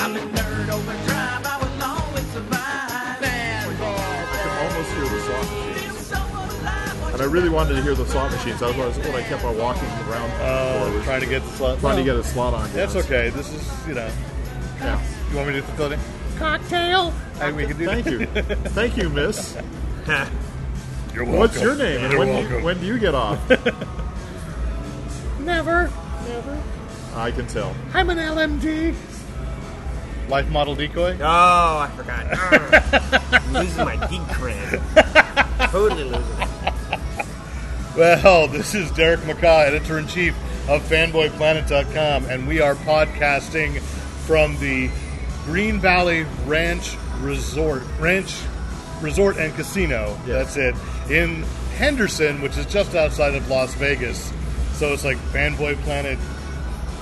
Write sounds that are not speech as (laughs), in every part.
I'm a nerd overdrive, I will always survive. Fanboy, I can almost hear the slot machines. feel so alive. And I really wanted to hear the slot machines. That was what I kept on walking around for, Oh, was trying to get the slot. trying to get a slot on. That's yes. okay. This is, you know, Yeah. you want me to do the building? Cocktail. And we can do Thank that. (laughs) you. Thank you, miss. You're welcome. What's your name? And You're when, welcome. when do you get off? Never. Never. I can tell. I'm an LMD. Life model decoy. Oh, I forgot. (laughs) Arr. losing my geek cred. Totally losing it. Well, (laughs) this is Derek McCaw, editor in chief of FanboyPlanet.com, and we are podcasting from the Green Valley Ranch Resort, Ranch Resort and Casino. Yes. That's it in Henderson, which is just outside of Las Vegas. So it's like Fanboy Planet.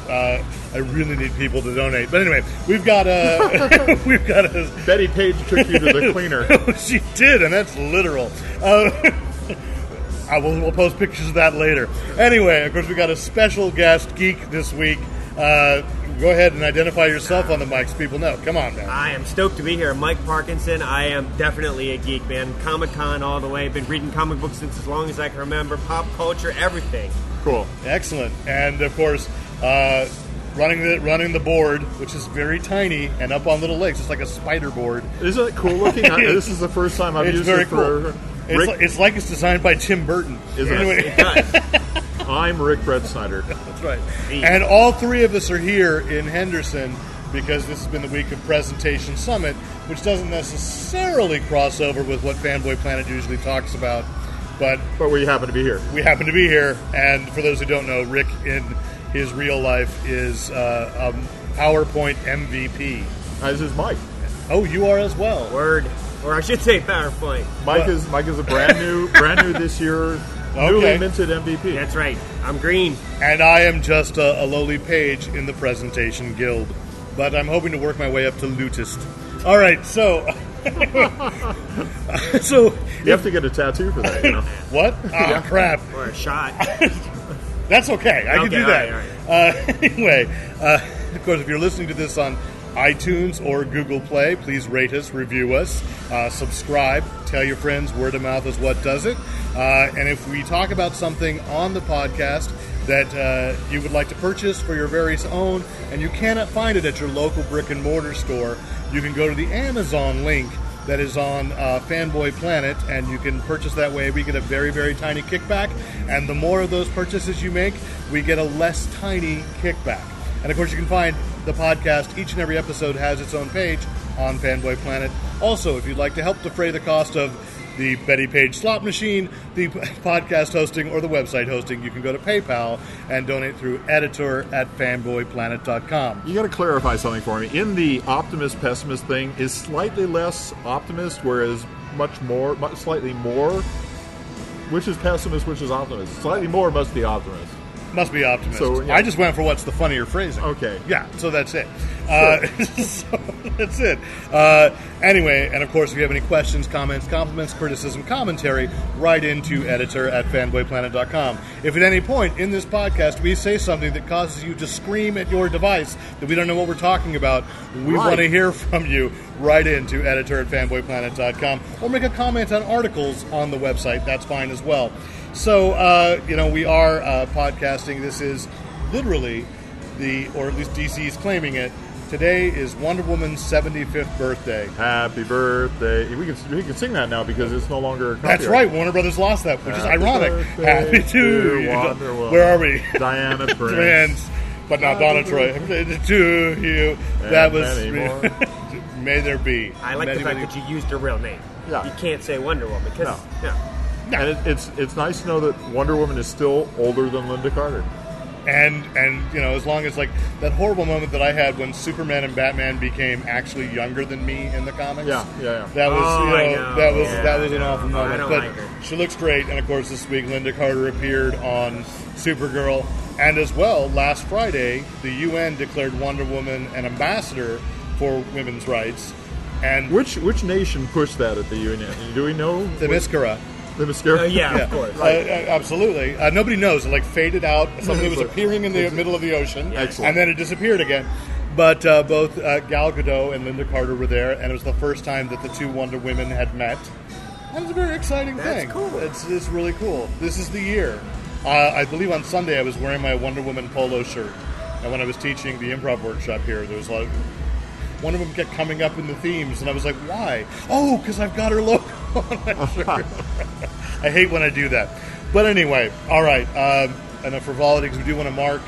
Uh, I really need people to donate, but anyway, we've got a (laughs) we've got a Betty Page took you to (laughs) the cleaner. she did, and that's literal. Uh, (laughs) I will we'll post pictures of that later. Anyway, of course, we got a special guest geek this week. Uh, go ahead and identify yourself on the mics. People know. Come on, man. I am stoked to be here. Mike Parkinson. I am definitely a geek, man. Comic Con all the way. Been reading comic books since as long as I can remember. Pop culture, everything. Cool. Excellent. And of course, uh, running the running the board, which is very tiny and up on little legs. It's like a spider board. Isn't it cool looking? I, this is the first time I've It's used very it for. cool. It's, Rick, li- it's like it's designed by Tim Burton. Isn't it? Anyway. (laughs) I'm Rick Brett Snyder. That's right. And all three of us are here in Henderson because this has been the week of Presentation Summit, which doesn't necessarily cross over with what Fanboy Planet usually talks about. But But we happen to be here. we happen to be here, and for those who don't know, Rick in his real life is uh, a PowerPoint MVP. As is Mike. Oh, you are as well. Word. Or I should say PowerPoint. Mike is Mike is a brand new, brand new this year, (laughs) Okay. newly minted MVP. That's right. I'm green. And I am just a, a lowly page in the Presentation Guild, but I'm hoping to work my way up to lutist. All right, so. (laughs) so You have to get a tattoo for that. You (laughs) know? (laughs) What? Ah, crap. Or a shot. That's okay. I can Okay, do all that. right, Uh, (laughs) anyway, uh, of course, if you're listening to this on iTunes or Google Play, please rate us, review us, uh, subscribe, tell your friends. Word of mouth is what does it. Uh, and if we talk about something on the podcast that uh, you would like to purchase for your very own and you cannot find it at your local brick and mortar store, you can go to the Amazon link that is on uh, Fanboy Planet, and you can purchase that way. We get a very, very tiny kickback, and the more of those purchases you make, we get a less tiny kickback. And of course, you can find the podcast. Each and every episode has its own page on Fanboy Planet. Also, if you'd like to help defray the cost of the Betty Page slot machine, the (laughs) podcast hosting, or the website hosting, you can go to PayPal and donate through editor at fanboyplanet.com. You got to clarify something for me. In the optimist pessimist thing, is slightly less optimist, whereas much more, much slightly more. Which is pessimist, which is optimist? Slightly more must be optimist. Must be optimist. So, yeah. I just went for what's the funnier phrasing. Okay. Yeah, so that's it. Uh, (laughs) so that's it. Uh, anyway, and of course, if you have any questions, comments, compliments, criticism, commentary, write into editor at fanboyplanet.com. If at any point in this podcast we say something that causes you to scream at your device that we don't know what we're talking about, we Right. want to hear from you. Write into editor at fanboyplanet.com or make a comment on articles on the website. That's fine as well. So, uh, you know, we are uh, podcasting. This is literally the or at least DC is claiming it. Today is Wonder Woman's 75th birthday. Happy birthday! We can we can sing that now because it's no longer. That's right. Warner Brothers lost that, which is Happy ironic. birthday, Happy to dear you. Wonder Woman. Where are we? (laughs) Diana Prince. (laughs) Trans, but not (laughs) Donna Troy. (laughs) to you. And That was many (laughs) more. may there be. I like many, the fact many- that you used her real name. Yeah. You can't say Wonder Woman because And it, it's it's nice to know that Wonder Woman is still older than Linda Carter. and and you know as long as like that horrible moment that I had when Superman and Batman became actually younger than me in the comics. Yeah, yeah, yeah. That was Oh, you I know, know. that was Yeah, that was I an know. awful No, I moment. don't but like her. she looks great, and of course this week Linda Carter appeared on Supergirl, and as well last Friday the UN declared Wonder Woman an ambassador for women's rights, and Which which nation pushed that at the UN? Do we know? the Mascara. The mascara. Uh, yeah, Yeah, of course. Uh, uh, absolutely. Uh, nobody knows. It like faded out. Something was appearing in the middle of the ocean. Excellent. And then it disappeared again. But uh, both uh, Gal Gadot and Linda Carter were there, and it was the first time that the two Wonder Women had met. That was a very exciting That's thing. cool. It's, it's really cool. This is the year. Uh, I believe on Sunday I was wearing my Wonder Woman polo shirt. And when I was teaching the improv workshop here, there was a lot of one of them kept coming up in the themes, and I was like, "Why? Oh, because I've got her logo (laughs) on my shirt." (laughs) I hate when I do that. But anyway, all right. Um, enough frivolity because we do want to mark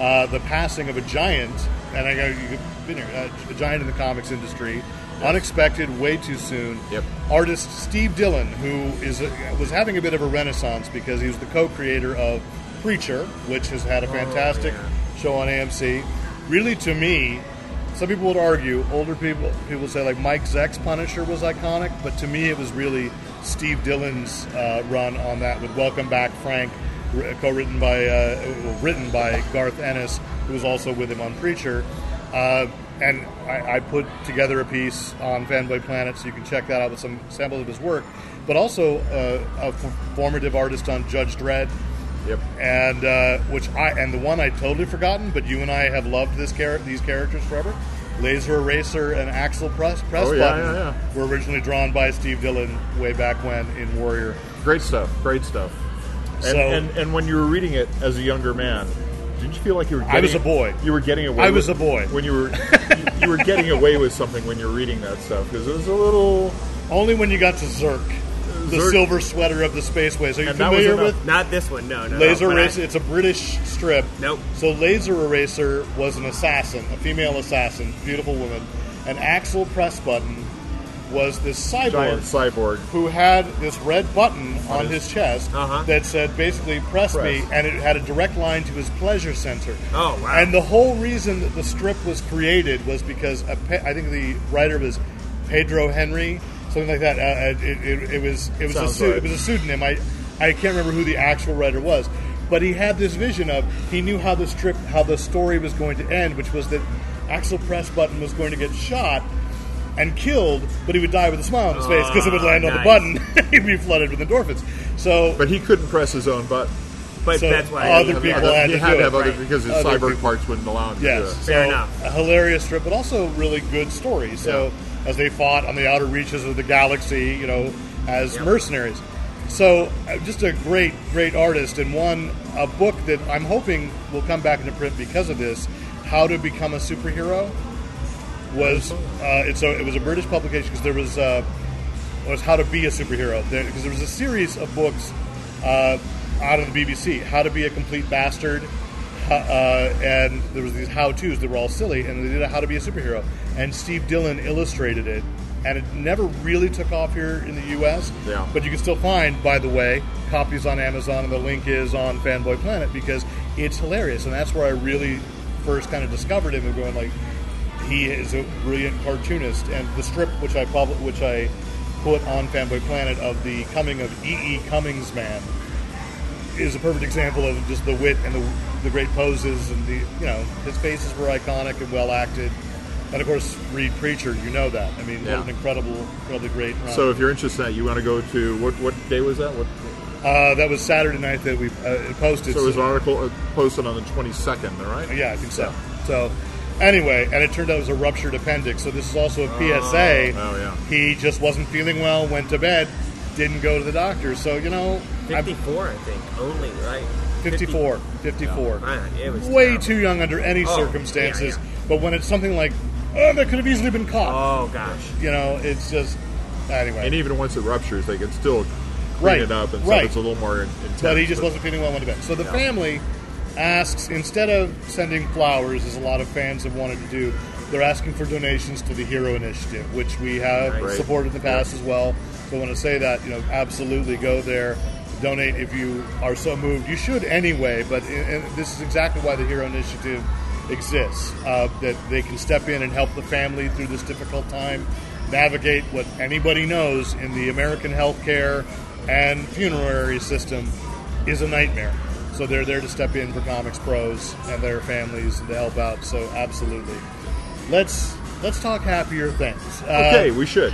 uh, the passing of a giant, and I know you've been here, uh, a giant in the comics industry. Unexpected, way too soon. Yep. Artist Steve Dillon, who is a, was having a bit of a renaissance because he was the co-creator of Preacher, which has had a fantastic show on AMC. Really, to me, some people would argue older people people say like Mike Zeck's Punisher was iconic, but to me it was really Steve Dillon's uh, run on that with Welcome Back Frank, r- co-written by uh, well, written by Garth Ennis, who was also with him on Preacher. Uh, and I, I put together a piece on Fanboy Planet, so you can check that out with some samples of his work. But also uh, a f- formative artist on Judge Dredd, (laughs) Yep. and uh, which I and the one I totally forgotten, but you and I have loved this char- these characters forever. Laser Eraser and Axel Press, press Oh, yeah, Button yeah, yeah. were originally drawn by Steve Dillon way back when in Warrior. Great stuff. Great stuff. And, So- and and when you were reading it as a younger man, did you feel like you were? Getting, I was a boy. You were getting away. I was with- a boy. when you were. you, you were getting away with something when you're reading that stuff because it was a little. Only when you got to Zerk, the Zurk. silver sweater of the spaceways. Are you And that was familiar enough. with Not this one, no, no. no, Laser but I- Eraser, it's a British strip. Oh, Nope. So Laser Eraser was an assassin, a female assassin, beautiful woman, and Axel Press Button was this cyborg. Giant cyborg. who had this red button on his chest Uh-huh. that said basically press, me Press. and it had a direct line to his pleasure center Oh, wow. and the whole reason that the strip was created was because a pe- i think the writer was pedro henry something like that uh, uh, it, it, it was it was a Sounds su- right. it was a pseudonym i i can't remember who the actual writer was but he had this vision of he knew how the strip how the story was going to end which was that axel press button was going to get shot and killed, but he would die with a smile on his face because it would Ah, land on the nice. button (laughs) he'd be flooded with endorphins. So, But he couldn't press his own button. But so that's why other I mean, people- Well, I had he to had do to have it, other right. because his Other cyborg people. parts wouldn't allow him yes, to do it. so Fair enough. A hilarious strip, but also really good story. So, as they fought on the outer reaches of the galaxy, you know, as Yep. mercenaries. So, uh, just a great, great artist, and one a book that I'm hoping will come back into print because of this. How to become a superhero was uh, it's a, it was a British publication because there was. Uh, was How to Be a Superhero because there, was a series of books uh, out of the BBC: How to Be a Complete Bastard, uh, uh, and there was these how-tos that were all silly, and they did a How to Be a Superhero, and Steve Dillon illustrated it, and it never really took off here in the U.S. Yeah. but you can still find, by the way, copies on Amazon, and the link is on Fanboy Planet because it's hilarious, and that's where I really first kind of discovered him and going like he is a brilliant cartoonist. And the strip which I pub- which I put on Fanboy Planet of the coming of E. E. Cummings Man is a perfect example of just the wit and the, the great poses and the you know his faces were iconic and well acted. And of course, read Preacher, you know that. I mean, Yeah. what an incredible, incredibly great. Run. So if you're interested in that, you want to go to what what day was that? What, uh, that was Saturday night that we uh, posted. so it was an article uh, posted on the 22nd, all right? Yeah, I think so. So, anyway, and it turned out it was a ruptured appendix. So this is also a PSA. oh, yeah. He just wasn't feeling well. Went to bed. Didn't go to the doctor. So you know, I'm 54, I think, only, right? 54, 54. Man, it was Way terrible. too young under any Oh, circumstances. yeah, But when it's something like, oh, that could have easily been caught. Oh, gosh. You know, it's just anyway. And even once it ruptures, they can still clean Right, it up, and right. so it's a little more in- intense. but he just wasn't feeling well when he went to bed. So the family asks instead of sending flowers, as a lot of fans have wanted to do, they're asking for donations to the Hero Initiative, which we have Right. supported in the past as well. So I want to say that you know absolutely go there. donate if you are so moved. You should anyway, but and this is exactly why the Hero Initiative exists uh, that they can step in and help the family through this difficult time, navigate what anybody knows in the American healthcare and funerary system is a nightmare. So they're there to step in for comics pros and their families and to help out. So absolutely, let's let's talk happier things. Uh, Okay, we (laughs) should.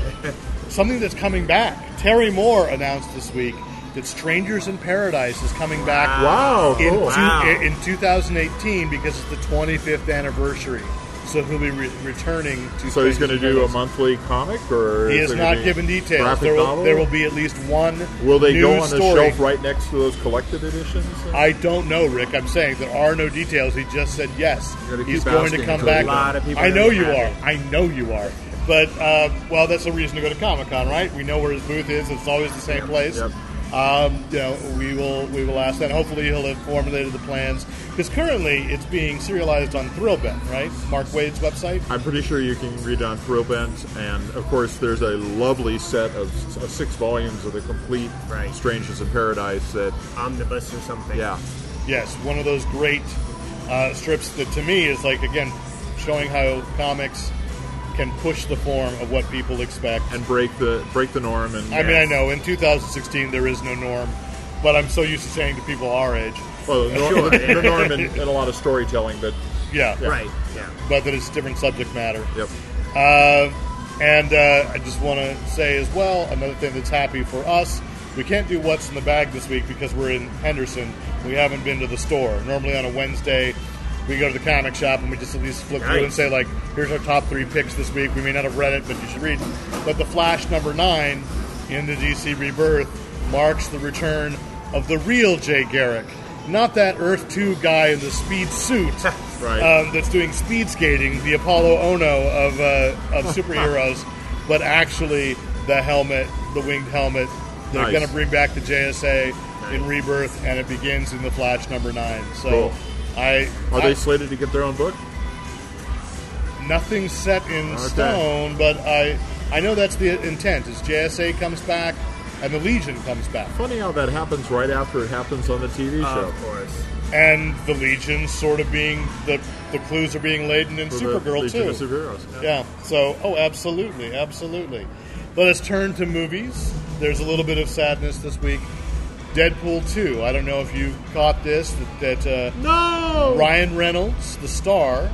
something that's coming back. Terry Moore announced this week that Strangers in Paradise is coming back Wow, in, cool. two- Wow. in 2018 because it's the 25th anniversary. So he'll be re- returning to. So he's Strangers going to in do a Paradise. monthly comic, or He is is it gonna not be given details. graphic There will, novel? there will be at least one. Will they go new on the story. shelf right next to those collected editions? I don't know, Rick. I'm saying there are no details. He just said yes. You're gonna He's keep going to asking come until back. you- A lot of people I are know gonna be you are. happy. I know you are. But uh, well, that's a reason to go to Comic Con, right? We know where his booth is. It's always the same place. yep. Um, you know, we will we will ask that. Hopefully, he'll have formulated the plans because currently it's being serialized on Thrillbent, right? Mark Wade's website. I'm pretty sure you can read it on Thrillbent, and of course, there's a lovely set of s- uh, six volumes of the complete Right. Strangers in Paradise. That Omnibus or something. yeah, Yes, one of those great uh, strips that to me is like again showing how comics can push the form of what people expect. and break the break the norm. And I mean, I know in 2016 there is no norm, but I'm so used to saying to people our age, well, the, (laughs) nor- Sure. the, the norm in, in a lot of storytelling, but yeah, Right. Yeah. but that it's different subject matter. yep. Uh, and uh, I just want to say as well another thing that's happy for us. We can't do what's in the bag this week because we're in Henderson. We haven't been to the store. Normally on a Wednesday, we go to the comic shop and we just at least flip through and Nice. say like, "Here's our top three picks this week." We may not have read it, but you should read. it. But the Flash number nine in the DC Rebirth marks the return of the real Jay Garrick, not that Earth Two guy in the speed suit. Right. um, that's doing speed skating, the Apollo Ono of uh, of superheroes, (laughs) but actually the helmet, the winged helmet. They're Nice. going to bring back the JSA in Rebirth, and it begins in the Flash number nine. So, Cool. I Are I- they slated to get their own book? nothing set in Okay. stone, but I I know that's the intent. Is JSA comes back and the Legion comes back, Funny how that happens right after it happens on the TV Um, show. Of course. and the Legion sort of being the the clues are being laid in for the Supergirl Legion too. of Superheroes. Yeah. So, oh, absolutely, absolutely. Let us turn to movies. There's a little bit of sadness this week. Deadpool 2. I don't know if you caught this that, that uh, No. Ryan Reynolds, the star,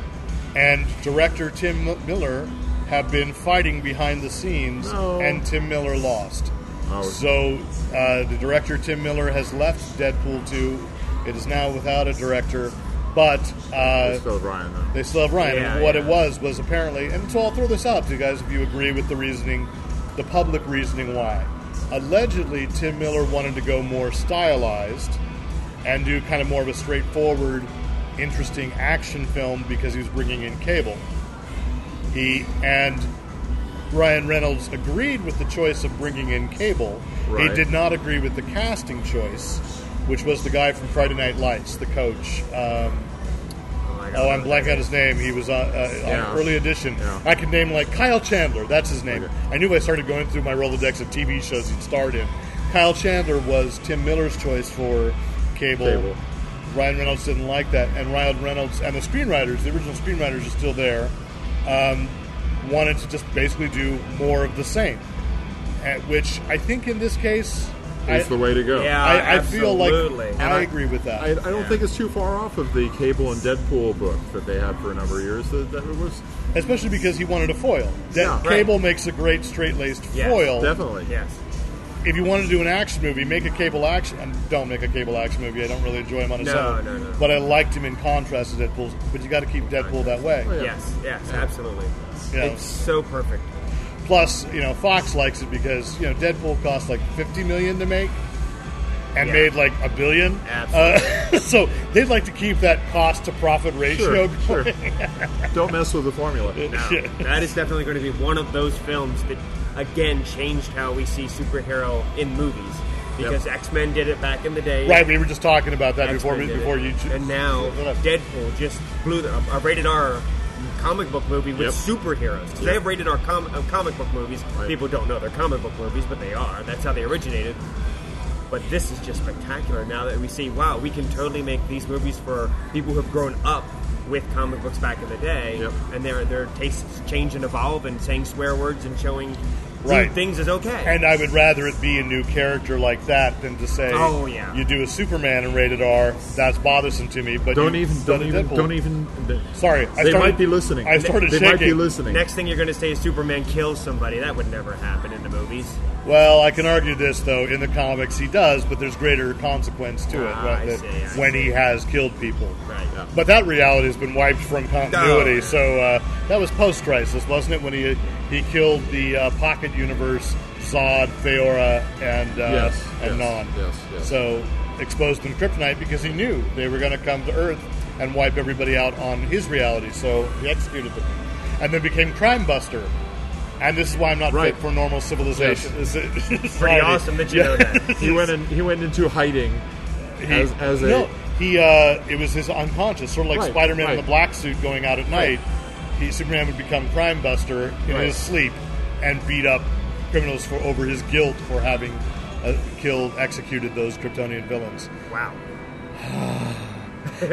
and director Tim M- Miller have been fighting behind the scenes, No. and Tim Miller lost. Oh. So uh, the director Tim Miller has left Deadpool 2. It is now without a director, but uh, Let's go with Ryan. Then. they still have Ryan. Yeah, and what yeah. it was was apparently, and so I'll throw this out to you guys if you agree with the reasoning, the public reasoning why. Allegedly, Tim Miller wanted to go more stylized and do kind of more of a straightforward, interesting action film because he was bringing in cable. He and Ryan Reynolds agreed with the choice of bringing in Cable. Right. He did not agree with the casting choice, which was the guy from Friday Night Lights, the coach. Um, Oh, my God. Oh, I'm blanking on his name. He was on, uh, Yeah. on early edition. Yeah. I could name like Kyle Chandler. That's his name. Okay. I knew I started going through my Rolodex of TV shows he'd starred in. Kyle Chandler was Tim Miller's choice for Cable. Cable. Ryan Reynolds didn't like that, and Ryan Reynolds and the screenwriters, the original screenwriters, are still there. Um, wanted to just basically do more of the same, Uh, which I think in this case, I, Is the way to go. Yeah. I, I feel like Absolutely. And I I- agree with that. I, I don't think it's too far off of the Cable and Deadpool book that they had for a number of years. That, that it was especially because he wanted a foil. That Yeah, right. Cable makes a great straight-laced Yes, foil. definitely. Yes. If you want to do an action movie, make a Cable action. um, Don't make a Cable action movie. I don't really enjoy him on his No, own. no, no. But I liked him in contrast to Deadpool. But you got to keep Deadpool that way. Yeah. Yes. Yes. Absolutely. You know? Oh, It's so perfect. Plus, you know, Fox likes it because you know Deadpool cost like fifty million to make. And Yeah. made like a billion, Absolutely. Uh, (laughs) so they'd like to keep that cost to profit ratio. Sure, sure. (laughs) Don't mess with the formula. Uh, No, that is definitely going to be one of those films that, again, changed how we see superhero in movies. Because X Men did it back in the day. Right? We were just talking about that before. X-Men did Before it. you, and now Deadpool just blew the, a rated R comic book movie with Yep. superheroes. 'Cause They have rated R com- uh, comic book movies. Right. People don't know they're comic book movies, but they are. That's how they originated. But this is just spectacular now that we see, wow, we can totally make these movies for people who have grown up with comic books back in the day, Yep. and their their tastes change and evolve, and saying swear words and showing Right. rude things is okay. And I would rather it be a new character like that than to say, Oh, yeah. you do a Superman and rated R. That's bothersome to me." But Don't you've even, done don't a even, Deadpool. don't even. They Sorry, I started, might be listening. I started They shaking. might be listening. Next thing you're going to say is Superman kills somebody. That would never happen in the movies. Well, I can argue this though. In the comics, he does, but there's greater consequence to it Ah, right, I that see, I when he has killed people. Right. But that reality has been wiped from continuity. No. So uh, that was post-crisis, wasn't it? When he he killed the uh, Pocket Universe, Zod, Feora, and uh, Yes, and yes, Non. yes, yes. So exposed them kryptonite because he knew they were going to come to Earth and wipe everybody out on his reality. So he executed them, and then became Crime Buster. And this is why I'm not Right. fit for normal civilization. Is it- Pretty society. awesome that you (laughs) know that. he went in, he went into hiding as, as a no, he uh, it was his unconscious, sort of like Right, Spider-Man in right. the black suit going out at night. He Superman would become Crime Buster in Right. his sleep and beat up criminals for over his guilt for having uh, killed, executed those Kryptonian villains. Wow.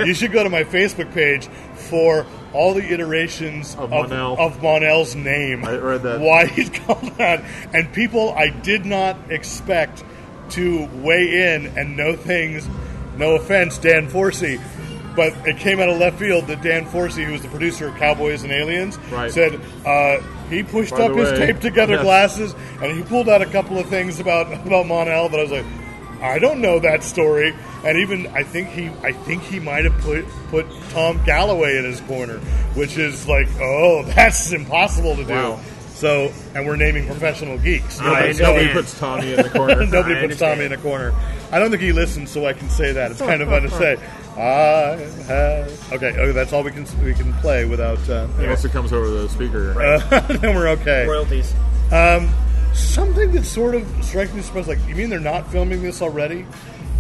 you should go to my Facebook page for all the iterations Of of, Mon-El. of Monel's name. I read that. Why he's (laughs) called that. And people I did not expect to weigh in and know things. No offense, Dan Forsey. But it came out of left field that Dan Forsey, who was the producer of Cowboys and Aliens, Right. said uh, he pushed By up the his way, taped together yes. glasses and he pulled out a couple of things about (laughs) about Monel that I was like, I don't know that story. And even I think he I think he might have put put Tom Galloway in his corner, which is like, oh, (laughs) that's impossible to do. Wow. So, and we're naming professional geeks. I nobody, Nobody, know. nobody, nobody puts Tommy in the (laughs) corner. (laughs) nobody I puts Tommy in a corner. I don't think he listens, so I can say that. It's kind of fun to say. I have, okay, okay, that's all we can we can play without. Uh, (laughs) anyway. Unless it comes over the speaker. then we're okay. Royalties. Something that sort of strikes me as surprised, like, you mean they're not filming this already?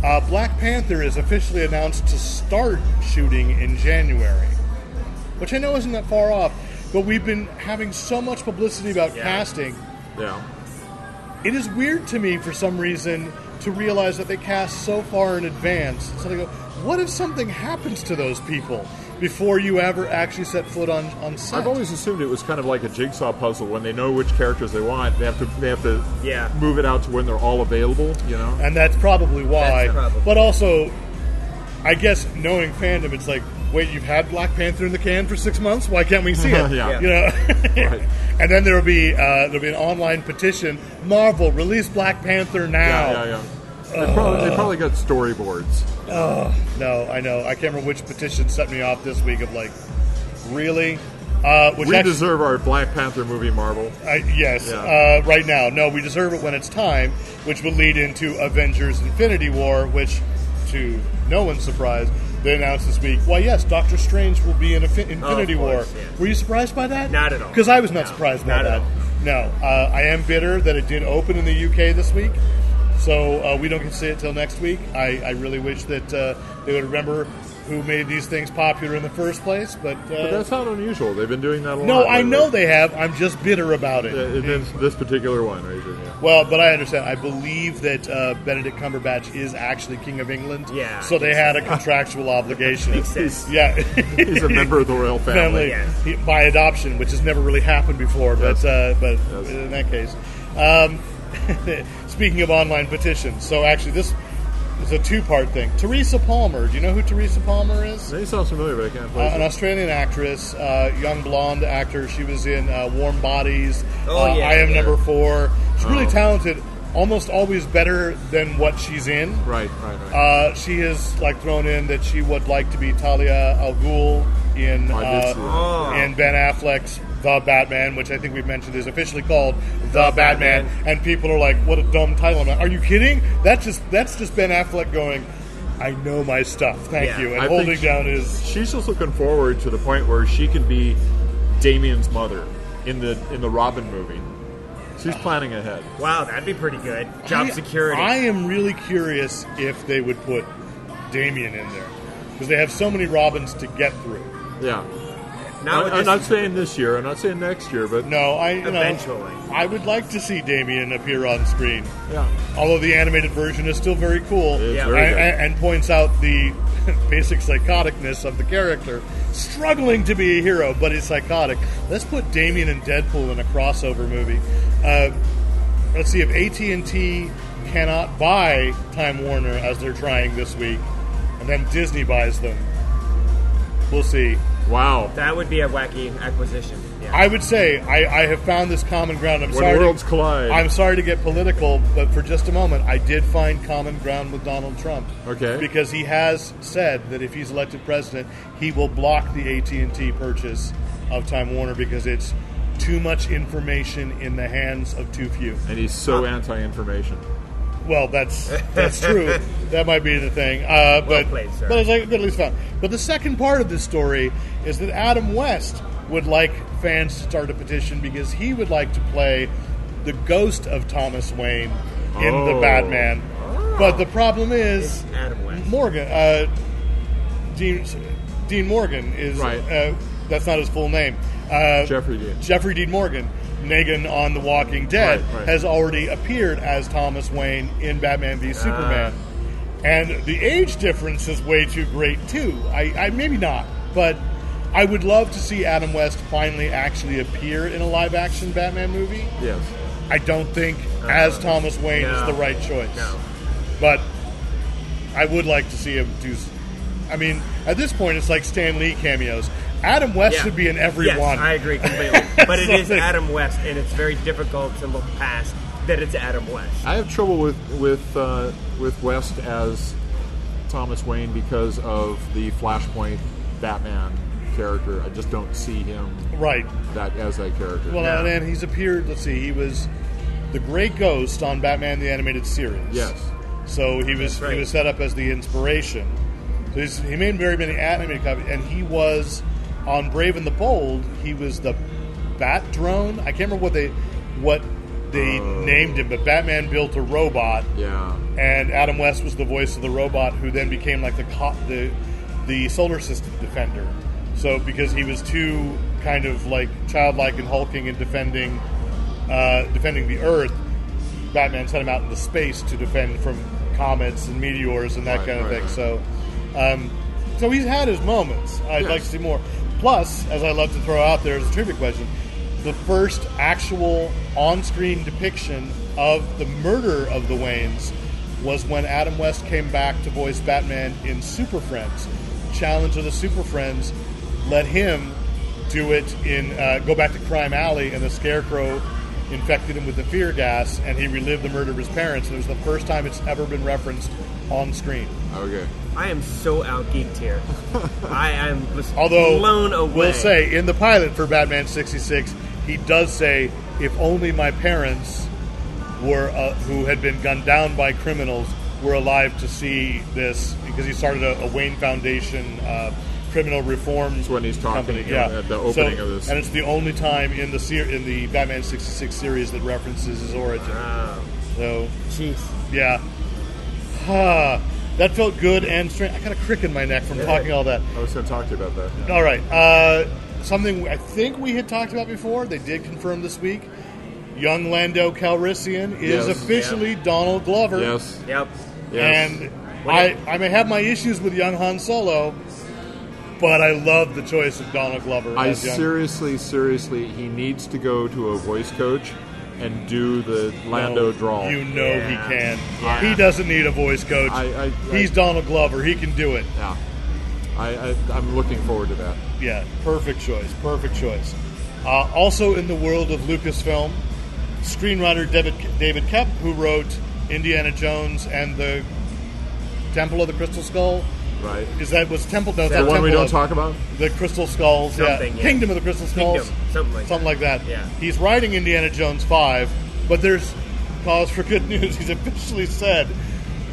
Uh, Black Panther is officially announced to start shooting in January, which I know isn't that far off, but we've been having so much publicity about Yeah. casting. Yeah. It is weird to me for some reason to realize that they cast so far in advance. So they go, what if something happens to those people before you ever actually set foot on, on set? I've always assumed it was kind of like a jigsaw puzzle. When they know which characters they want, they have to they have to Yeah. move it out to when they're all available. You know, and that's probably why. That's probably- But also, I guess knowing fandom, it's like, wait, you've had Black Panther in the can for six months. Why can't we see (laughs) it? Yeah. you know. Right. (laughs) And then there'll be uh, there'll be an online petition: Marvel release Black Panther now. yeah, yeah. yeah. They, probably, they probably got storyboards. No, I know. I can't remember which petition set me off this week. Of like, really? Uh, which We actually- deserve our Black Panther movie, Marvel. I, yes, Yeah. uh, right now. No, we deserve it when it's time, which would lead into Avengers Infinity War, which, to no one's surprise, they announced this week. Well, yes, Doctor Strange will be in Infi- Infinity War. course, yes. Were you surprised by that? Not at all. Because I was not No, surprised by not at that. all. No, uh, I am bitter that it did open in the UK this week, so uh, we don't get to see it till next week. I, I really wish that uh, they would remember who made these things popular in the first place, but. Uh, But that's not unusual. They've been doing that a lot. no, I lately. know they have. I'm just bitter about it. Yeah, and then this particular one, right here, yeah. Well, but I understand. I believe that uh, Benedict Cumberbatch is actually King of England. Yeah. So they had a contractual (laughs) obligation. Makes sense. Yeah. (laughs) He's a member of the royal family. Family he- by adoption, which has never really happened before. Yes. But uh, but Yes. in that case, um, (laughs) speaking of online petitions, so actually this is a two-part thing. Teresa Palmer. Do you know who Teresa Palmer is? He sounds familiar, but I can't Uh, place an it. Australian actress, uh, young blonde actor. She was in uh, Warm Bodies. Oh, uh, yeah, I Am yeah. Number Four. She's really Oh. talented. Almost always better than what she's in. Right, right, right. Uh, she has like thrown in that she would like to be Talia al Ghul in I did uh, see that. Oh. in Ben Affleck's The Batman, which I think we've mentioned is officially called The Batman. Batman. And people are like, "What a dumb title!" I'm like, "Are you kidding? That's just that's just Ben Affleck going." I know my stuff. Thank Yeah. you. And I think holding she- down his She's just looking forward to the point where she can be Damien's mother in the in the Robin movie. She's planning ahead. Wow, that'd be pretty good. Job I- security. I am really curious if they would put Damien in there because they have so many Robins to get through. Yeah. Not with I, am this- not saying this year. I'm not saying next year, but No, I you know, Eventually. I would like to see Damien appear on screen. yeah. Although the animated version is still very cool It's Yeah. very and, good. and points out the (laughs) basic psychoticness of the character, struggling to be a hero, but he's psychotic. Let's put Damien and Deadpool in a crossover movie. Uh, let's see if AT and T cannot buy Time Warner as they're trying this week, and then Disney buys them. We'll see. wow. That would be a wacky acquisition. Yeah. I would say I, I have found this common ground. I'm When sorry. worlds to, collide. I'm sorry to get political, but for just a moment, I did find common ground with Donald Trump. Okay. Because he has said that if he's elected president, he will block the AT and T purchase of Time Warner because it's too much information in the hands of too few. and he's so anti-information. Well, that's that's (laughs) true. that might be the thing. Uh, but played, sir. but it's like at least fun. But the second part of this story is that Adam West would like fans to start a petition because he would like to play the ghost of Thomas Wayne in the Oh. Batman. But the problem is It's Adam West. Morgan uh, Dean Dean Morgan is Right. uh, that's not his full name. Uh, Jeffrey Dean. Jeffrey Dean Morgan, Negan on The Walking Dead, Right, right. has already appeared as Thomas Wayne in Batman v Superman. Ah. And the age difference is way too great, too. I, I maybe not, but I would love to see Adam West finally actually appear in a live action Batman movie. Yes. I don't think as Thomas Wayne is Uh, the no. right choice. No. But I would like to see him do. s- I mean, at this point, it's like Stan Lee cameos. Adam West Yeah. should be in every Yes, one. (laughs) I agree completely. But it is Something. Adam West, and it's very difficult to look past that it's Adam West. I have trouble with with uh, with West as Thomas Wayne because of the Flashpoint Batman character. I just don't see him Right. that as that character. Well, and then he's appeared. Let's see, he was the Gray Ghost on Batman the Animated Series. Yes. So he was right. he was set up as the inspiration. So he's, he made very many animated copies, and he was on Brave and the Bold. He was the Bat Drone. I can't remember what they what they named him, but Batman built a robot yeah. and Adam West was the voice of the robot, who then became like the co- the the solar system defender. So because he was too kind of like childlike and hulking and defending uh, defending the Earth, Batman sent him out into space to defend from comets and meteors and that Right, kind of right, thing. right. So, um, so he's had his moments. I'd Yes. like to see more. Plus, as I love to throw out there as a trivia question, the first actual on-screen depiction of the murder of the Waynes was when Adam West came back to voice Batman in Super Friends. Challenge of the Super Friends let him do it in uh, go back to Crime Alley, and the Scarecrow infected him with the fear gas, and he relived the murder of his parents. And it was the first time it's ever been referenced on screen. Okay. I am so outgeeked (laughs) here. I am just Although, blown away. we'll say in the pilot for Batman 66, he does say, "If only my parents were uh, who had been gunned down by criminals were alive to see this," because he started a, a Wayne Foundation uh, criminal reform. That's when he's talking, you know, at the opening of this. and it's the only time in the ser- in the Batman 66 series that references his origin. Wow. So Jeez. yeah. (sighs) Ah, that felt good and strange. I got a crick in my neck from talking all that. I was going to talk to you about that. All right. Uh, something I think we had talked about before. They did confirm this week. Young Lando Calrissian Yes. is officially Donald Glover. Yes. Yep. Yes. And What I, if- I may have my issues with young Han Solo, but I love the choice of Donald Glover. I as young- seriously, seriously, he needs to go to a voice coach and do the Lando drawl. You know he Yeah. can. Yeah. He doesn't need a voice coach. I- I- He's Donald Glover. He can do it. yeah. I, I, I'm looking forward to that. Yeah, perfect choice. Perfect choice. Uh, also in the world of Lucasfilm, screenwriter David David Kep, who wrote Indiana Jones and the Temple of the Crystal Skull, Right. is that was Temple? No, it's The not one we Temple don't of- talk about? The Crystal Skulls, yeah. Something, yeah. Kingdom of the Crystal Skulls, Kingdom, something like something like that. Yeah. he's writing Indiana Jones five, but there's cause for good (laughs) news. He's officially said,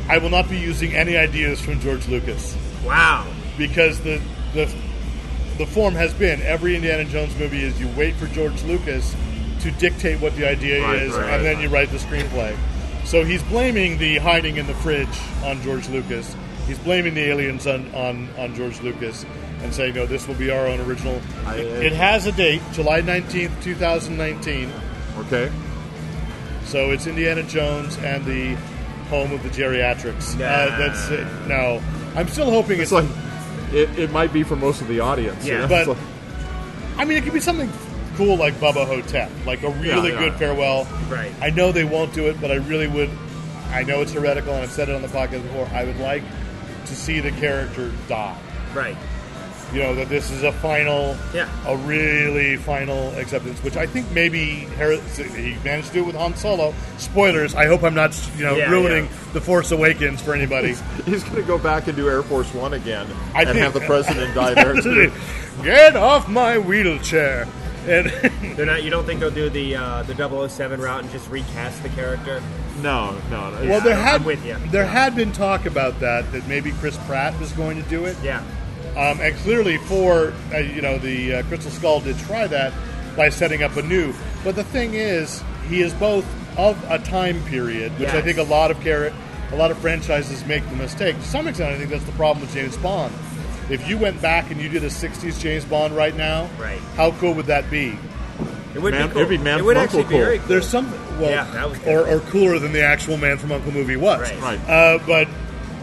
"I will not be using any ideas from George Lucas." Wow. because the the the form has been every Indiana Jones movie is you wait for George Lucas to dictate what the idea Right, is, right, and then right. you write the screenplay. So he's blaming the hiding in the fridge on George Lucas. He's blaming the aliens on, on, on George Lucas. And and say, no, this will be our own original. I- uh, it has a date, July 19th, 2019. Okay. So it's Indiana Jones and the home of the geriatrics. Uh, Nah. that's it. No, I'm still hoping It's it's, like it, it might be for most of the audience. you Yeah. know? But- It's like- I mean, it could be something cool like Bubba Hotep, like a really yeah. good farewell. Right. I know they won't do it, but I really would. I know it's heretical, and I've said it on the podcast before. I would like to see the character die. Right. You know that this is a final, Yeah. a really final acceptance, which I think maybe Her- he managed to do it with Han Solo. Spoilers. I hope I'm not, you know, Yeah, ruining yeah. the Force Awakens for anybody. (laughs) (laughs) (laughs) he's going to go back and do Air Force One again I and think- have the president die (laughs) there too. Get off my wheelchair! And (laughs) They're not. You don't think they'll do the uh, the 007 route and just recast the character? No, no. no. well, there I'm had with you. there had been talk about that that maybe Chris Pratt was going to do it. Yeah. Um, and clearly, for uh, you know, the uh, Crystal Skull did try that by setting up a new. But the thing is, he is both of a time period, which I Yes. think a lot of char- a lot of franchises make the mistake. To some extent, I think that's the problem with James Bond. If you went back and you did a '60s James Bond right now, Right. How cool would that be? It would Man- be cool. it'd be man it would from actually Uncle be very cool. There's some, well, Yeah, that was good. or, or cooler than the actual Man from Uncle movie was. Right. Right. Uh, but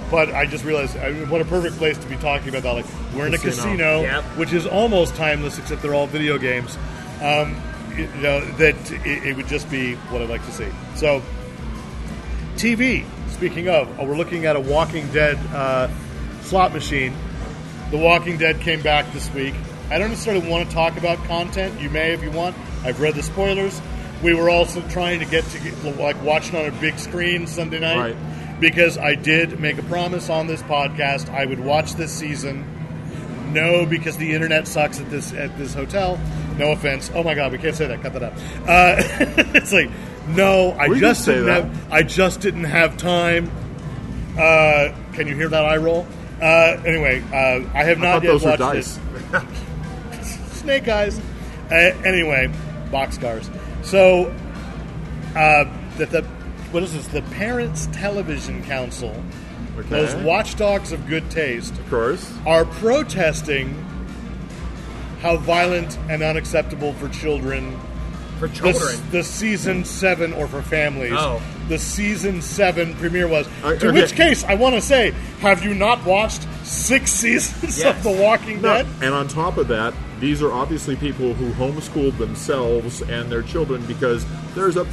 but I just realized I mean, what a perfect place to be talking about that. Like we're in a Casino. casino, Yep. which is almost timeless, except they're all video games. Um, you know that it, it would just be what I'd like to see. So TV. Speaking of, uh, we're looking at a Walking Dead uh, slot machine. The Walking Dead came back this week. I don't necessarily want to talk about content. You may if you want. I've read the spoilers. We were also trying to get to get, like watching on a big screen Sunday night Right. because I did make a promise on this podcast I would watch this season. No, because the internet sucks at this at this hotel. No offense. Oh my god, we can't say that. Cut that up. Uh, (laughs) it's like no, I We can just say didn't that. have I just didn't have time. Uh, can you hear that eye roll? Uh, anyway, uh, I have I thought not yet those were watched dice. this. (laughs) Snake eyes. Uh, anyway, boxcars. So uh, that the what is this? The Parents Television Council, Okay. those watchdogs of good taste, Of course. are protesting how violent and unacceptable for children for the, children. s- the season seven, or for families, Oh. the season seven premiere was. Uh, to okay. which case, I want to say, have you not watched six (laughs) seasons Yes. of The Walking No, Dead? And on top of that, these are obviously people who homeschooled themselves and their children because there's a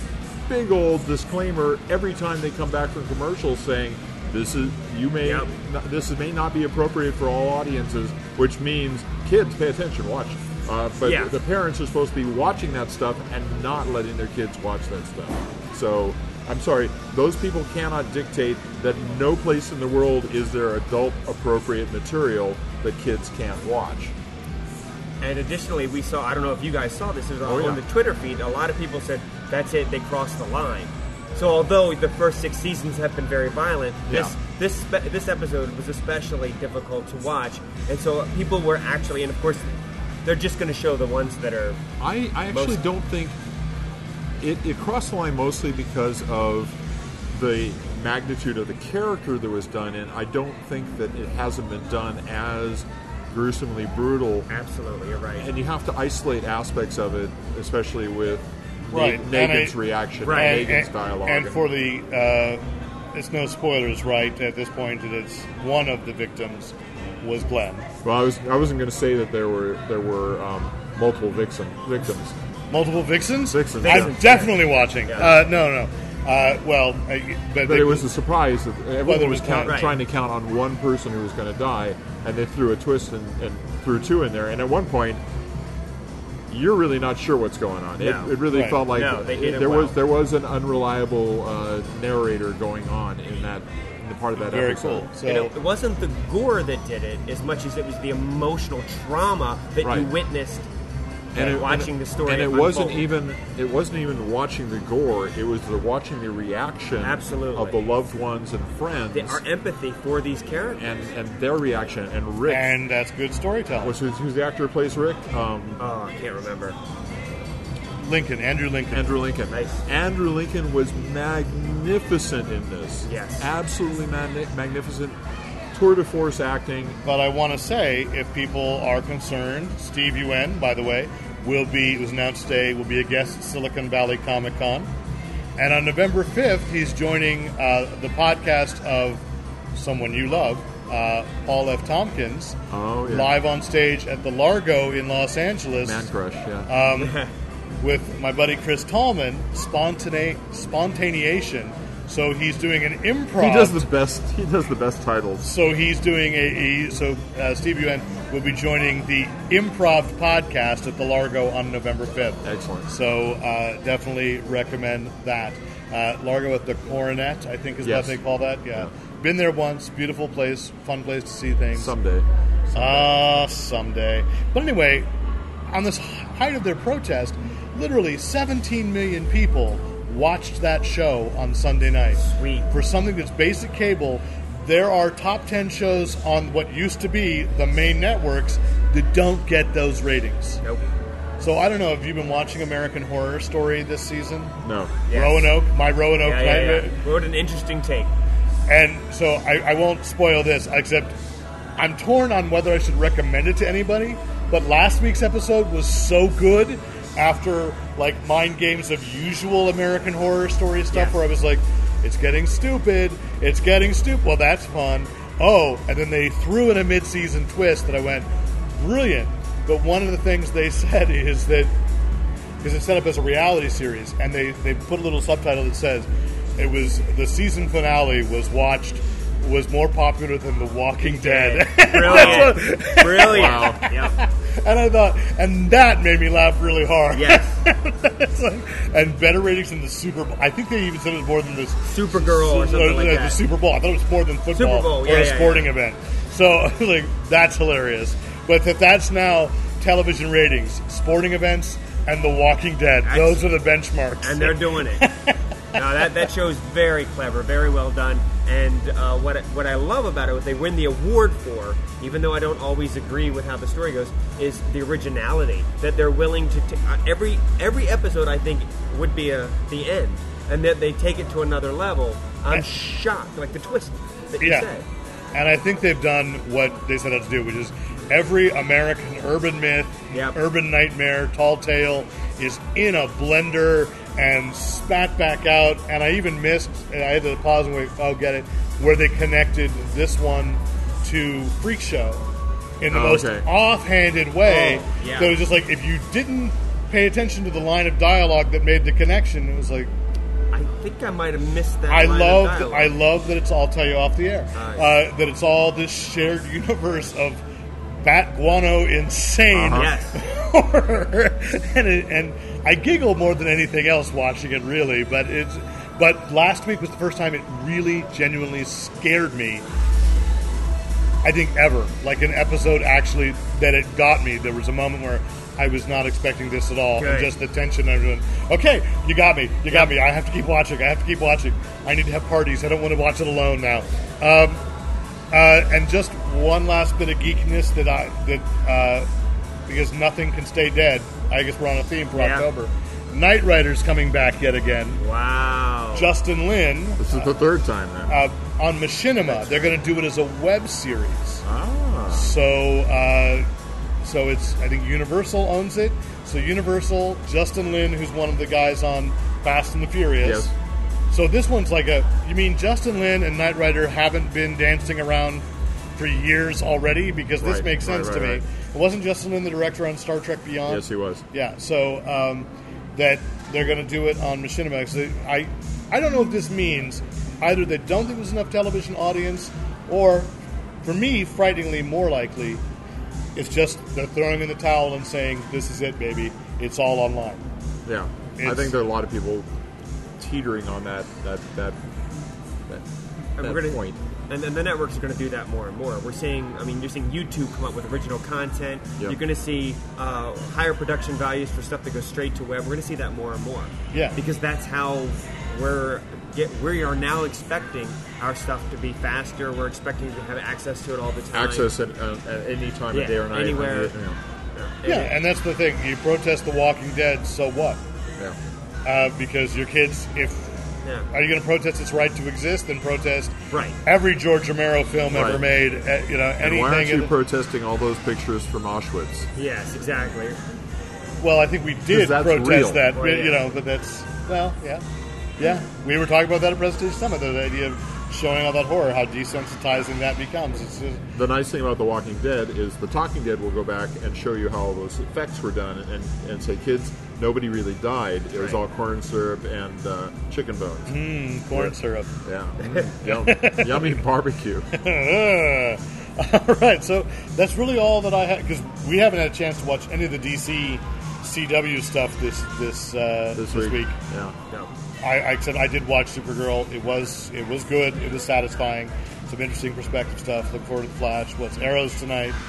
big old disclaimer every time they come back from commercials saying this is you may Yep. not, this may not be appropriate for all audiences, which means kids pay attention, watch. Uh, but Yeah. the parents are supposed to be watching that stuff and not letting their kids watch that stuff. So I'm sorry, those people cannot dictate that no place in the world is there adult appropriate material that kids can't watch. And additionally, we saw, I don't know if you guys saw this, it was Oh, on, yeah. on the Twitter feed, a lot of people said, that's it, they crossed the line. So although the first six seasons have been very violent, Yeah. this this spe- this episode was especially difficult to watch, and so people were actually, and of course, they're just going to show the ones that are I, I actually Most- don't think it, it crossed the line mostly because of the magnitude of the character that was done, and I don't think that it hasn't been done as gruesomely brutal. absolutely. You're right. And you have to isolate aspects of it, especially with Na- Right, and Negan's I- reaction, Right, and Negan's dialogue, and for the, uh, it's no spoilers, right? At this point, that it's one of the victims was Glenn. Well, I was I wasn't going to say that there were there were um, multiple victim victims. Multiple vixens. Vixens, I'm yeah. definitely watching. Yeah. Uh, no, no. Uh, well, I, but, But they- it was a surprise that Whether it everyone was was count, count- right. trying to count on one person who was going to die, and they threw a twist and, and threw two in there. And at one point, you're really not sure what's going on. It- No. It, really Right. felt like No, they did it there well. was there was an unreliable uh, narrator going on in that in the part of that very episode. cool. And So it, it wasn't the gore that did it as much as it was the emotional trauma that you Right. witnessed and uh, it- watching and it- the story. and it wasn't unfold. even it wasn't even watching the gore it was the watching the reaction Absolutely. of the loved ones and friends the, our empathy for these characters. and and their reaction and rick and that's good storytelling. which is who's the actor who plays rick um, oh, I can't remember. Lincoln, Andrew Lincoln. Andrew Lincoln. Nice. Andrew Lincoln was magnificent in this. Yes. Absolutely magni- magnificent. tour de force acting. But I want to say, if people are concerned, Steve UN, by the way, will be it was announced today will be a guest at Silicon Valley Comic Con, and on November fifth, he's joining uh, the podcast of someone you love, uh, Paul F. Tompkins, Oh, yeah. live on stage at the Largo in Los Angeles Man Crush, yeah. with my buddy Chris Tallman, spontane spontaneation. So he's doing an improv. he does the best. He does the best titles. So he's doing a, a so uh, Steve UN will be joining the Improv podcast at the Largo on November fifth. Excellent. So uh, definitely recommend that uh, Largo at the Coronet, I think is Yes. what they call that. Yeah. Yeah. been there once. Beautiful place, fun place to see things. Someday. Ah, someday. But anyway, on this height of their protest, literally 17 million people watched that show on Sunday night. Sweet. For something that's basic cable, there are top 10 shows on what used to be the main networks that don't get those ratings. Nope. So I don't know, have you been watching American Horror Story this season? No. Yes. Roanoke, my Roanoke Yeah, yeah, Nightmare- yeah. Wrote an interesting take. and so I, I won't spoil this, except I'm torn on whether I should recommend it to anybody. But last week's episode was so good after like mind games of usual American horror story stuff Yes. where I was like, it's getting stupid, it's getting stupid. Well, that's fun. Oh, and then they threw in a mid season twist that I went, brilliant. But one of the things they (laughs) said is that because it's set up as a reality series, and they, they put a little subtitle that says it was the season finale was watched was more popular than The Walking Dead, Brilliant. Brilliant. Yep. (laughs) and I thought, and that made me laugh really hard. Yes. (laughs) It's like- and better ratings than the Super Bowl. I think they even said it was more than the Supergirl or something like the that. Super Bowl. I thought it was more than football Super Bowl, yeah, or a yeah, sporting event. So (laughs) like that's hilarious. But that that's now television ratings, sporting events, and The Walking Dead. Those are the benchmarks. and they're (laughs) doing it. Now that that show is very clever, very well done, and uh, what I- what I love about it, what they win the award for, even though I don't always agree with how the story goes, is the originality that they're willing to. T- uh, every every episode, I think, would be a the end, and that they take it to another level. I'm shocked, like the twist that you Yeah. said. And I think they've done what they set out to do, which is every American urban myth, Yep. urban nightmare, tall tale is in a blender and spat back out. And I even missed, and I had to pause and wait, I'll get it, where they connected this one to Freak Show in the Oh, most okay. offhanded way. Oh, yeah. That was just like, if you didn't pay attention to the line of dialogue that made the connection, it was like, I think I might have missed that. I line of love dialogue. I love that it's all tell you off the air. Nice. Uh, that it's all this shared (laughs) universe of bat guano insane yes. horror, (laughs) and it, and I giggle more than anything else watching it really. But it's but last week was the first time it really genuinely scared me. I think ever like an episode actually that it got me. There was a moment where. I was not expecting this at all, and Good. just the tension. I'm doing, okay, you got me, you got me. I have to keep watching. I have to keep watching. I need to have parties. I don't want to watch it alone now. Um, uh, and just one last bit of geekiness that I that uh, because nothing can stay dead. I guess we're on a theme for Yeah. October. Knight Rider's coming back yet again. Wow. Justin Lin This is the third time now. uh, on Machinima. They're going to do it as a web series. ah. So uh, so it's I think Universal owns it. So Universal, Justin Lin, who's one of the guys on Fast and the Furious. Yes. So this one's like a you mean Justin Lin and Knight Rider haven't been dancing around for years already because this Right, makes right, sense right, to me. right. It wasn't Justin Lin the director on Star Trek Beyond? Yes, he was. Yeah, so um, that they're going to do it on Machinima. So I, I don't know if this means either they don't think there's enough television audience, or for me, frighteningly more likely, it's just they're throwing in the towel and saying, "This is it, baby. It's all online." Yeah. I It's- think there are a lot of people teetering on that that that that, And that we're gonna, point. And then the networks are going to do that more and more. We're seeing, I mean, you're seeing YouTube come up with original content. Yep. You're going to see uh, higher production values for stuff that goes straight to web. We're going to see that more and more. Yeah. Because that's how we're get, we are now expecting our stuff to be faster. We're expecting to have access to it all the time. Access at, uh, at any time yeah, of day or night. anywhere. you know, Yeah, and that's the thing. You protest The Walking Dead, so what? yeah. Uh, because your kids, if Yeah. Are you going to protest its right to exist? Then protest Right. every George Romero film ever Right. made. eh, You know And anything? why aren't you in- protesting all those pictures from Auschwitz? Yes, exactly. well, I think we did that's protest real. that. Right, You yeah. know, but that's well, yeah, yeah. We were talking about that at Prestige Summit. The idea of showing all that horror, how desensitizing that becomes. It's just, The nice thing about The Walking Dead is The Talking Dead will go back and show you how all those effects were done and, and say, kids, nobody really died. It was Right. all corn syrup and uh, chicken bones. corn Yeah. syrup. (laughs) Yeah. Mm-hmm. Yum. Yummy barbecue. Ugh. all right, so that's really all that I had because we haven't had a chance to watch any of the DC CW stuff this this uh, This, week. Yeah. No. I, I said I did watch Supergirl. It was it was good. It was satisfying. Some interesting perspective stuff. Look forward to the Flash. What's Arrows tonight? (gasps)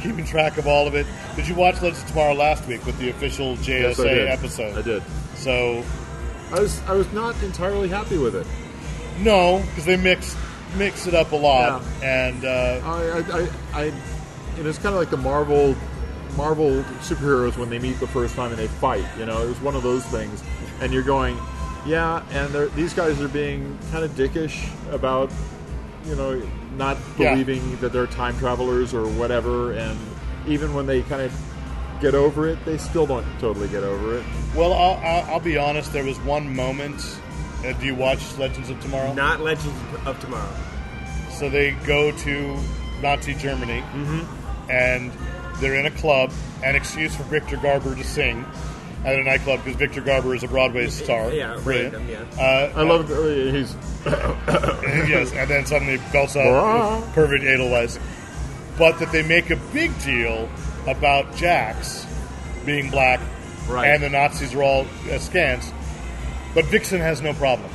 Keeping track of all of it. Did you watch Legends of Tomorrow last week with the official JSA Yes, I did. episode? I did. So I was, I was not entirely happy with it. no, because they mixed mix it up a lot, and uh, I, I, I, I and it's kind of like the Marvel, Marvel superheroes when they meet the first time and they fight. You know, it was one of those things, and you're going, yeah, and they're, these guys are being kind of dickish about, you know, not Yeah. believing that they're time travelers or whatever, and even when they kind of get over it, they still don't totally get over it. Well, I'll, I'll, I'll be honest. There was one moment. Uh, do you watch Legends of Tomorrow? Not Legends of Tomorrow. So they go to Nazi Germany, Mm-hmm. and they're in a club. An excuse for Victor Garber to sing at a nightclub because Victor Garber is a Broadway star. Yeah, brilliant. random, yeah. Uh, (laughs) I love it. He's yes, and then suddenly belts out Wow. with perfect Edelweiss. But that they make a big deal about Jax being black, Right. and the Nazis are all askance. But Vixen has no problem.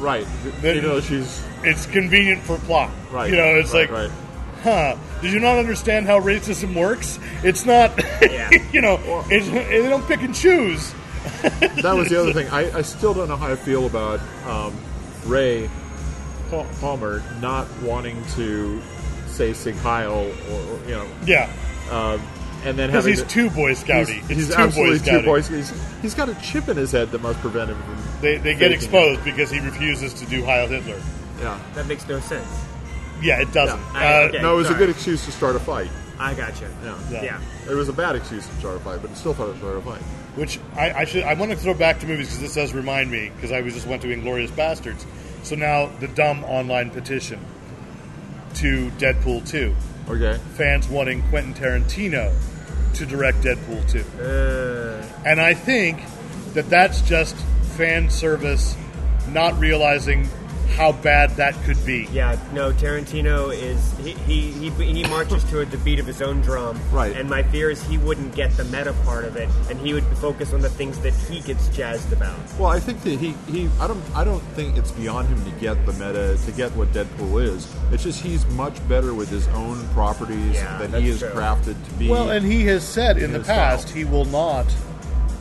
right. Then- you know, she's It's convenient for plot. right. You know, it's right, like, right. huh? Did you not understand how racism works? It's not. Yeah. (laughs) you know, it's, they don't pick and choose. that was the other thing. I, I still don't know how I feel about um, Ray Pa- Palmer not wanting to say Sig Heil or, or, you know, Yeah, um, and then because having he's to- too Boy he's- Scouty. he's it's too Boy absolutely Scouty. too boy Sc- He's, he's got a chip in his head that must prevent him from. They, they get faking it. exposed because he refuses to do Heil Hitler. Yeah. That makes no sense. Yeah, it doesn't. No, I- Uh, okay. No, it was sorry. a good excuse to start a fight. I gotcha. Yeah. Yeah. Yeah. It was a bad excuse to start a fight, but it still thought it started a fight. Which I, I should I want to throw back to movies because this does remind me because I was just went to Inglorious Bastards. So now the dumb online petition to Deadpool two Okay. fans wanting Quentin Tarantino to direct Deadpool two, and I think that that's just fan service, not realizing how bad that could be. Yeah, no, Tarantino is he he, he, he marches to the beat of his own drum. Right. And my fear is he wouldn't get the meta part of it, and he would focus on the things that he gets jazzed about. Well, I think that he, he I don't I don't think it's beyond him to get the meta to get what Deadpool is. It's just he's much better with his own properties Yeah, that that's he is true. crafted to be. Well, and he has said in the his past style. he will not.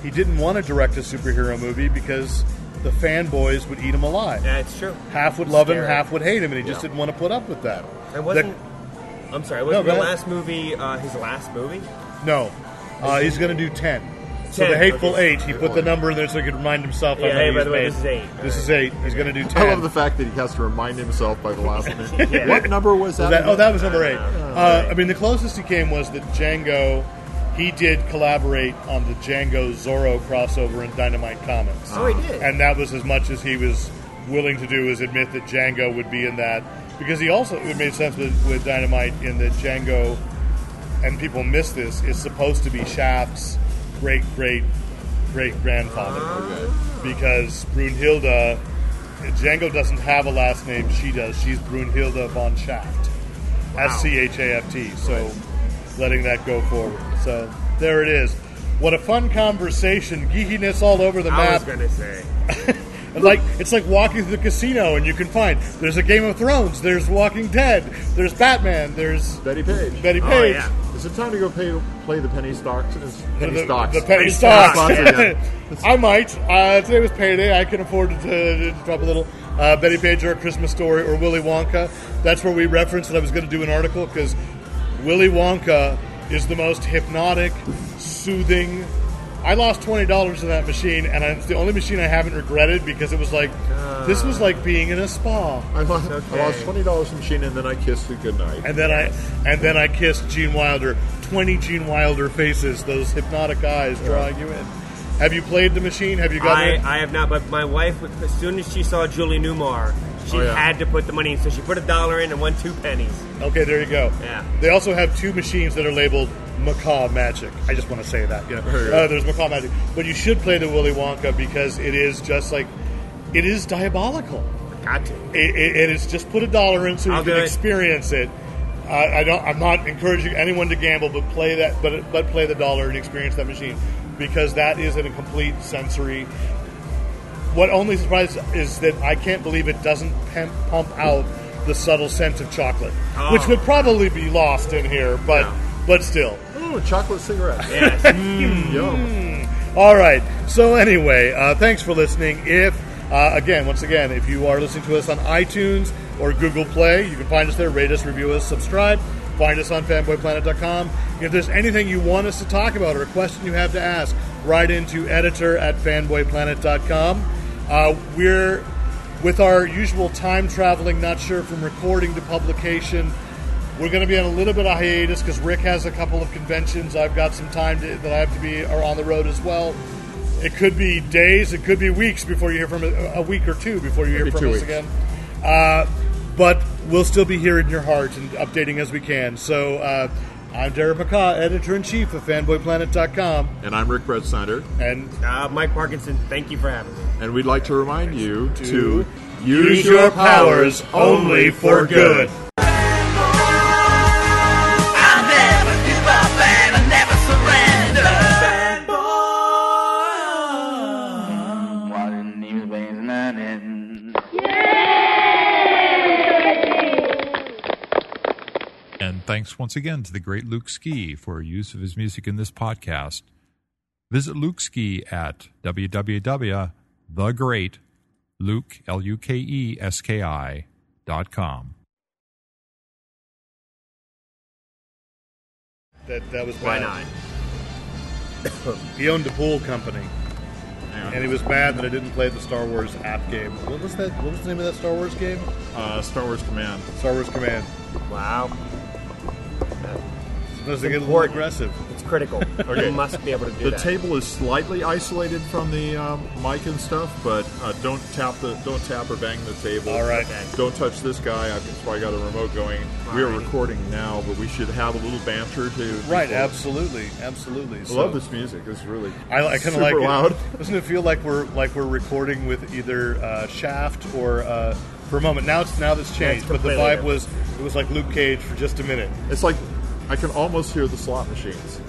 He didn't want to direct a superhero movie because the fanboys would eat him alive. Yeah, it's true. Half would love him, Scary. half would hate him, and he just Yeah. didn't want to put up with that. I wasn't. I'm sorry. Wasn't No, go ahead. the last movie uh, his last movie? The- no, uh, he's going to do ten. So 10, the hateful okay. eight, he put the number in there so he could remind himself. Yeah, I know hey, by he's the way, made- this is eight. This is eight. He's going to do ten. I love the fact that he has to remind himself by the last (laughs) minute. Yeah. What number was that? Was that- oh, that again? was number eight. Uh, I mean, the closest he came was that Django. He did collaborate on the Django Zorro crossover in Dynamite Comics. Oh, he did. and that was as much as he was willing to do is admit that Django would be in that because he also it made sense with, with Dynamite in that Django and people miss this is supposed to be Shaft's great great great grandfather Okay. Ah. because Brunhilde Django doesn't have a last name she does she's Brunhilde von Shaft S C H A F T so letting that go forward so there it is what a fun conversation geekiness all over the I map was gonna say. and Like it's like walking through the casino, and you can find there's a Game of Thrones, there's Walking Dead, there's Batman, there's Betty Page. Betty Oh, Page. yeah. Is it time to go pay, play the penny stocks? Penny The, stocks. the penny stocks. again. (laughs) I might. Uh, today was payday. I can afford to, to drop a little uh, Betty Page or a Christmas Story or Willy Wonka. That's where we referenced that I was going to do an article because Willy Wonka is the most hypnotic, soothing, I lost twenty dollars in that machine, and it's the only machine I haven't regretted because it was like this was like being in a spa. I lost, okay. I lost twenty dollars in machine, and then I kissed it (laughs) goodnight. And then I and then I kissed Gene Wilder. Twenty Gene Wilder faces, those hypnotic eyes drawing you in. Have you played the machine? Have you got I, it? I have not, but my wife, as soon as she saw Julie Newmar, she Oh, yeah. had to put the money in. So she put a dollar in and won two pennies. Okay, there you go. Yeah. They also have two machines that are labeled Macaw Magic. I just want to say that. You know, Right. uh, there's Macaw Magic, but you should play the Willy Wonka because it is just like it is diabolical. Got to. It, it, it is just put a dollar in so you I'll do can it. experience it. I, I don't. I'm not encouraging anyone to gamble, but play that. But but play the dollar and experience that machine because that is a complete sensory. What only surprised is that I can't believe it doesn't pem- pump out the subtle scent of chocolate, Oh. which would probably be lost in here, but No. but still. Ooh, chocolate cigarette. (laughs) Yes. Mm. Yum. All right. So anyway, uh, thanks for listening. If uh, again, once again, if you are listening to us on iTunes or Google Play, you can find us there. Rate us, review us, subscribe. Find us on fanboyplanet.com. If there's anything you want us to talk about or a question you have to ask, write into editor at fanboyplanet.com. Uh, we're with our usual time traveling, not sure from recording to publication. We're going to be on a little bit of hiatus because Rick has a couple of conventions. I've got some time to, that I have to be are on the road as well. It could be days, it could be weeks before you hear from a week or two before you hear Maybe from two us weeks. again. Uh, but we'll still be here in your heart and updating as we can. So uh, I'm Derek McCaw, editor in chief of FanboyPlanet.com, And I'm Rick Brett Snyder, and Uh, Mike Parkinson, thank you for having me. and we'd like to remind you To to use your powers only for good. I never give up and I never surrender. Fanboy. Watching these veins running. And thanks once again to the great Luke Ski for use of his music in this podcast. Visit Luke Ski at E www.thegreatluke.com. that, that was Why bad. not? He owned a pool company, and he was mad that I didn't play the Star Wars app game. What was that? What was the name of that Star Wars game? Uh, Star Wars Command. Star Wars Command. Wow. Sometimes they get a little Important. aggressive. It's critical. You must be able to do The that. table is slightly isolated from the um, mic and stuff, but uh, don't tap the don't tap or bang the table. All right. Don't touch this guy. I've probably got a remote going. We are recording now, but we should have a little banter to. Right, people. absolutely, absolutely. I love this music. This is really. I, I kind super of like loud. It. (laughs) Doesn't it feel like we're like we're recording with either uh, Shaft or uh, for a moment? Now it's now this changed, but the completely vibe different. was it was like Luke Cage for just a minute. It's like I can almost hear the slot machines.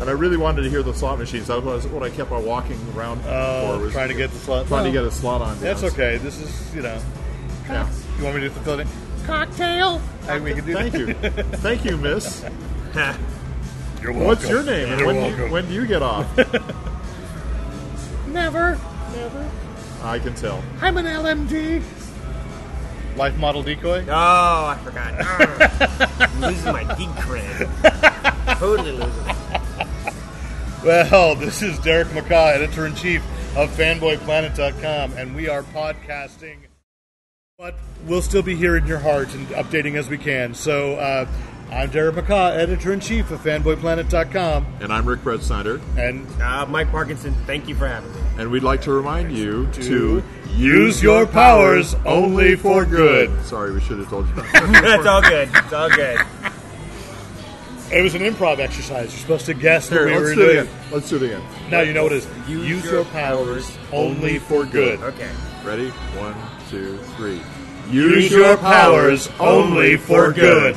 And I really wanted to hear the slot machines. That was what I kept on walking around Uh, for. Was trying to get the slot. trying to Well, get a slot on. That's dance. okay. This is you know. Yeah. You want me to do the building? Cocktail. Hey, we can do Thank that. you, thank you, Miss. You're welcome. What's your name? and You're when, Do welcome. you, when do you get off? (laughs) Never. Never. I can tell. I'm an LMD. Life model decoy. oh, I forgot. Arr. I'm losing my geek cred. totally losing it. Well, (laughs) this is Derek McCaw, editor in chief of FanboyPlanet.com, and we are podcasting. But we'll still be here in your heart and updating as we can. So uh, I'm Derek McCaw, editor in chief of FanboyPlanet.com, And I'm Rick Brett Snyder, and Uh, Mike Parkinson, thank you for having me. and we'd like to remind you To to use your powers only for good. Sorry, we should have (laughs) told you. That's all good. It's all good. it was an improv exercise. You're supposed to guess Here, what we were let's do it doing. again. Let's do it again. Now you know what it is. Use Use, your your powers only for good. Okay. Ready? One, two, three. Use your powers only for good.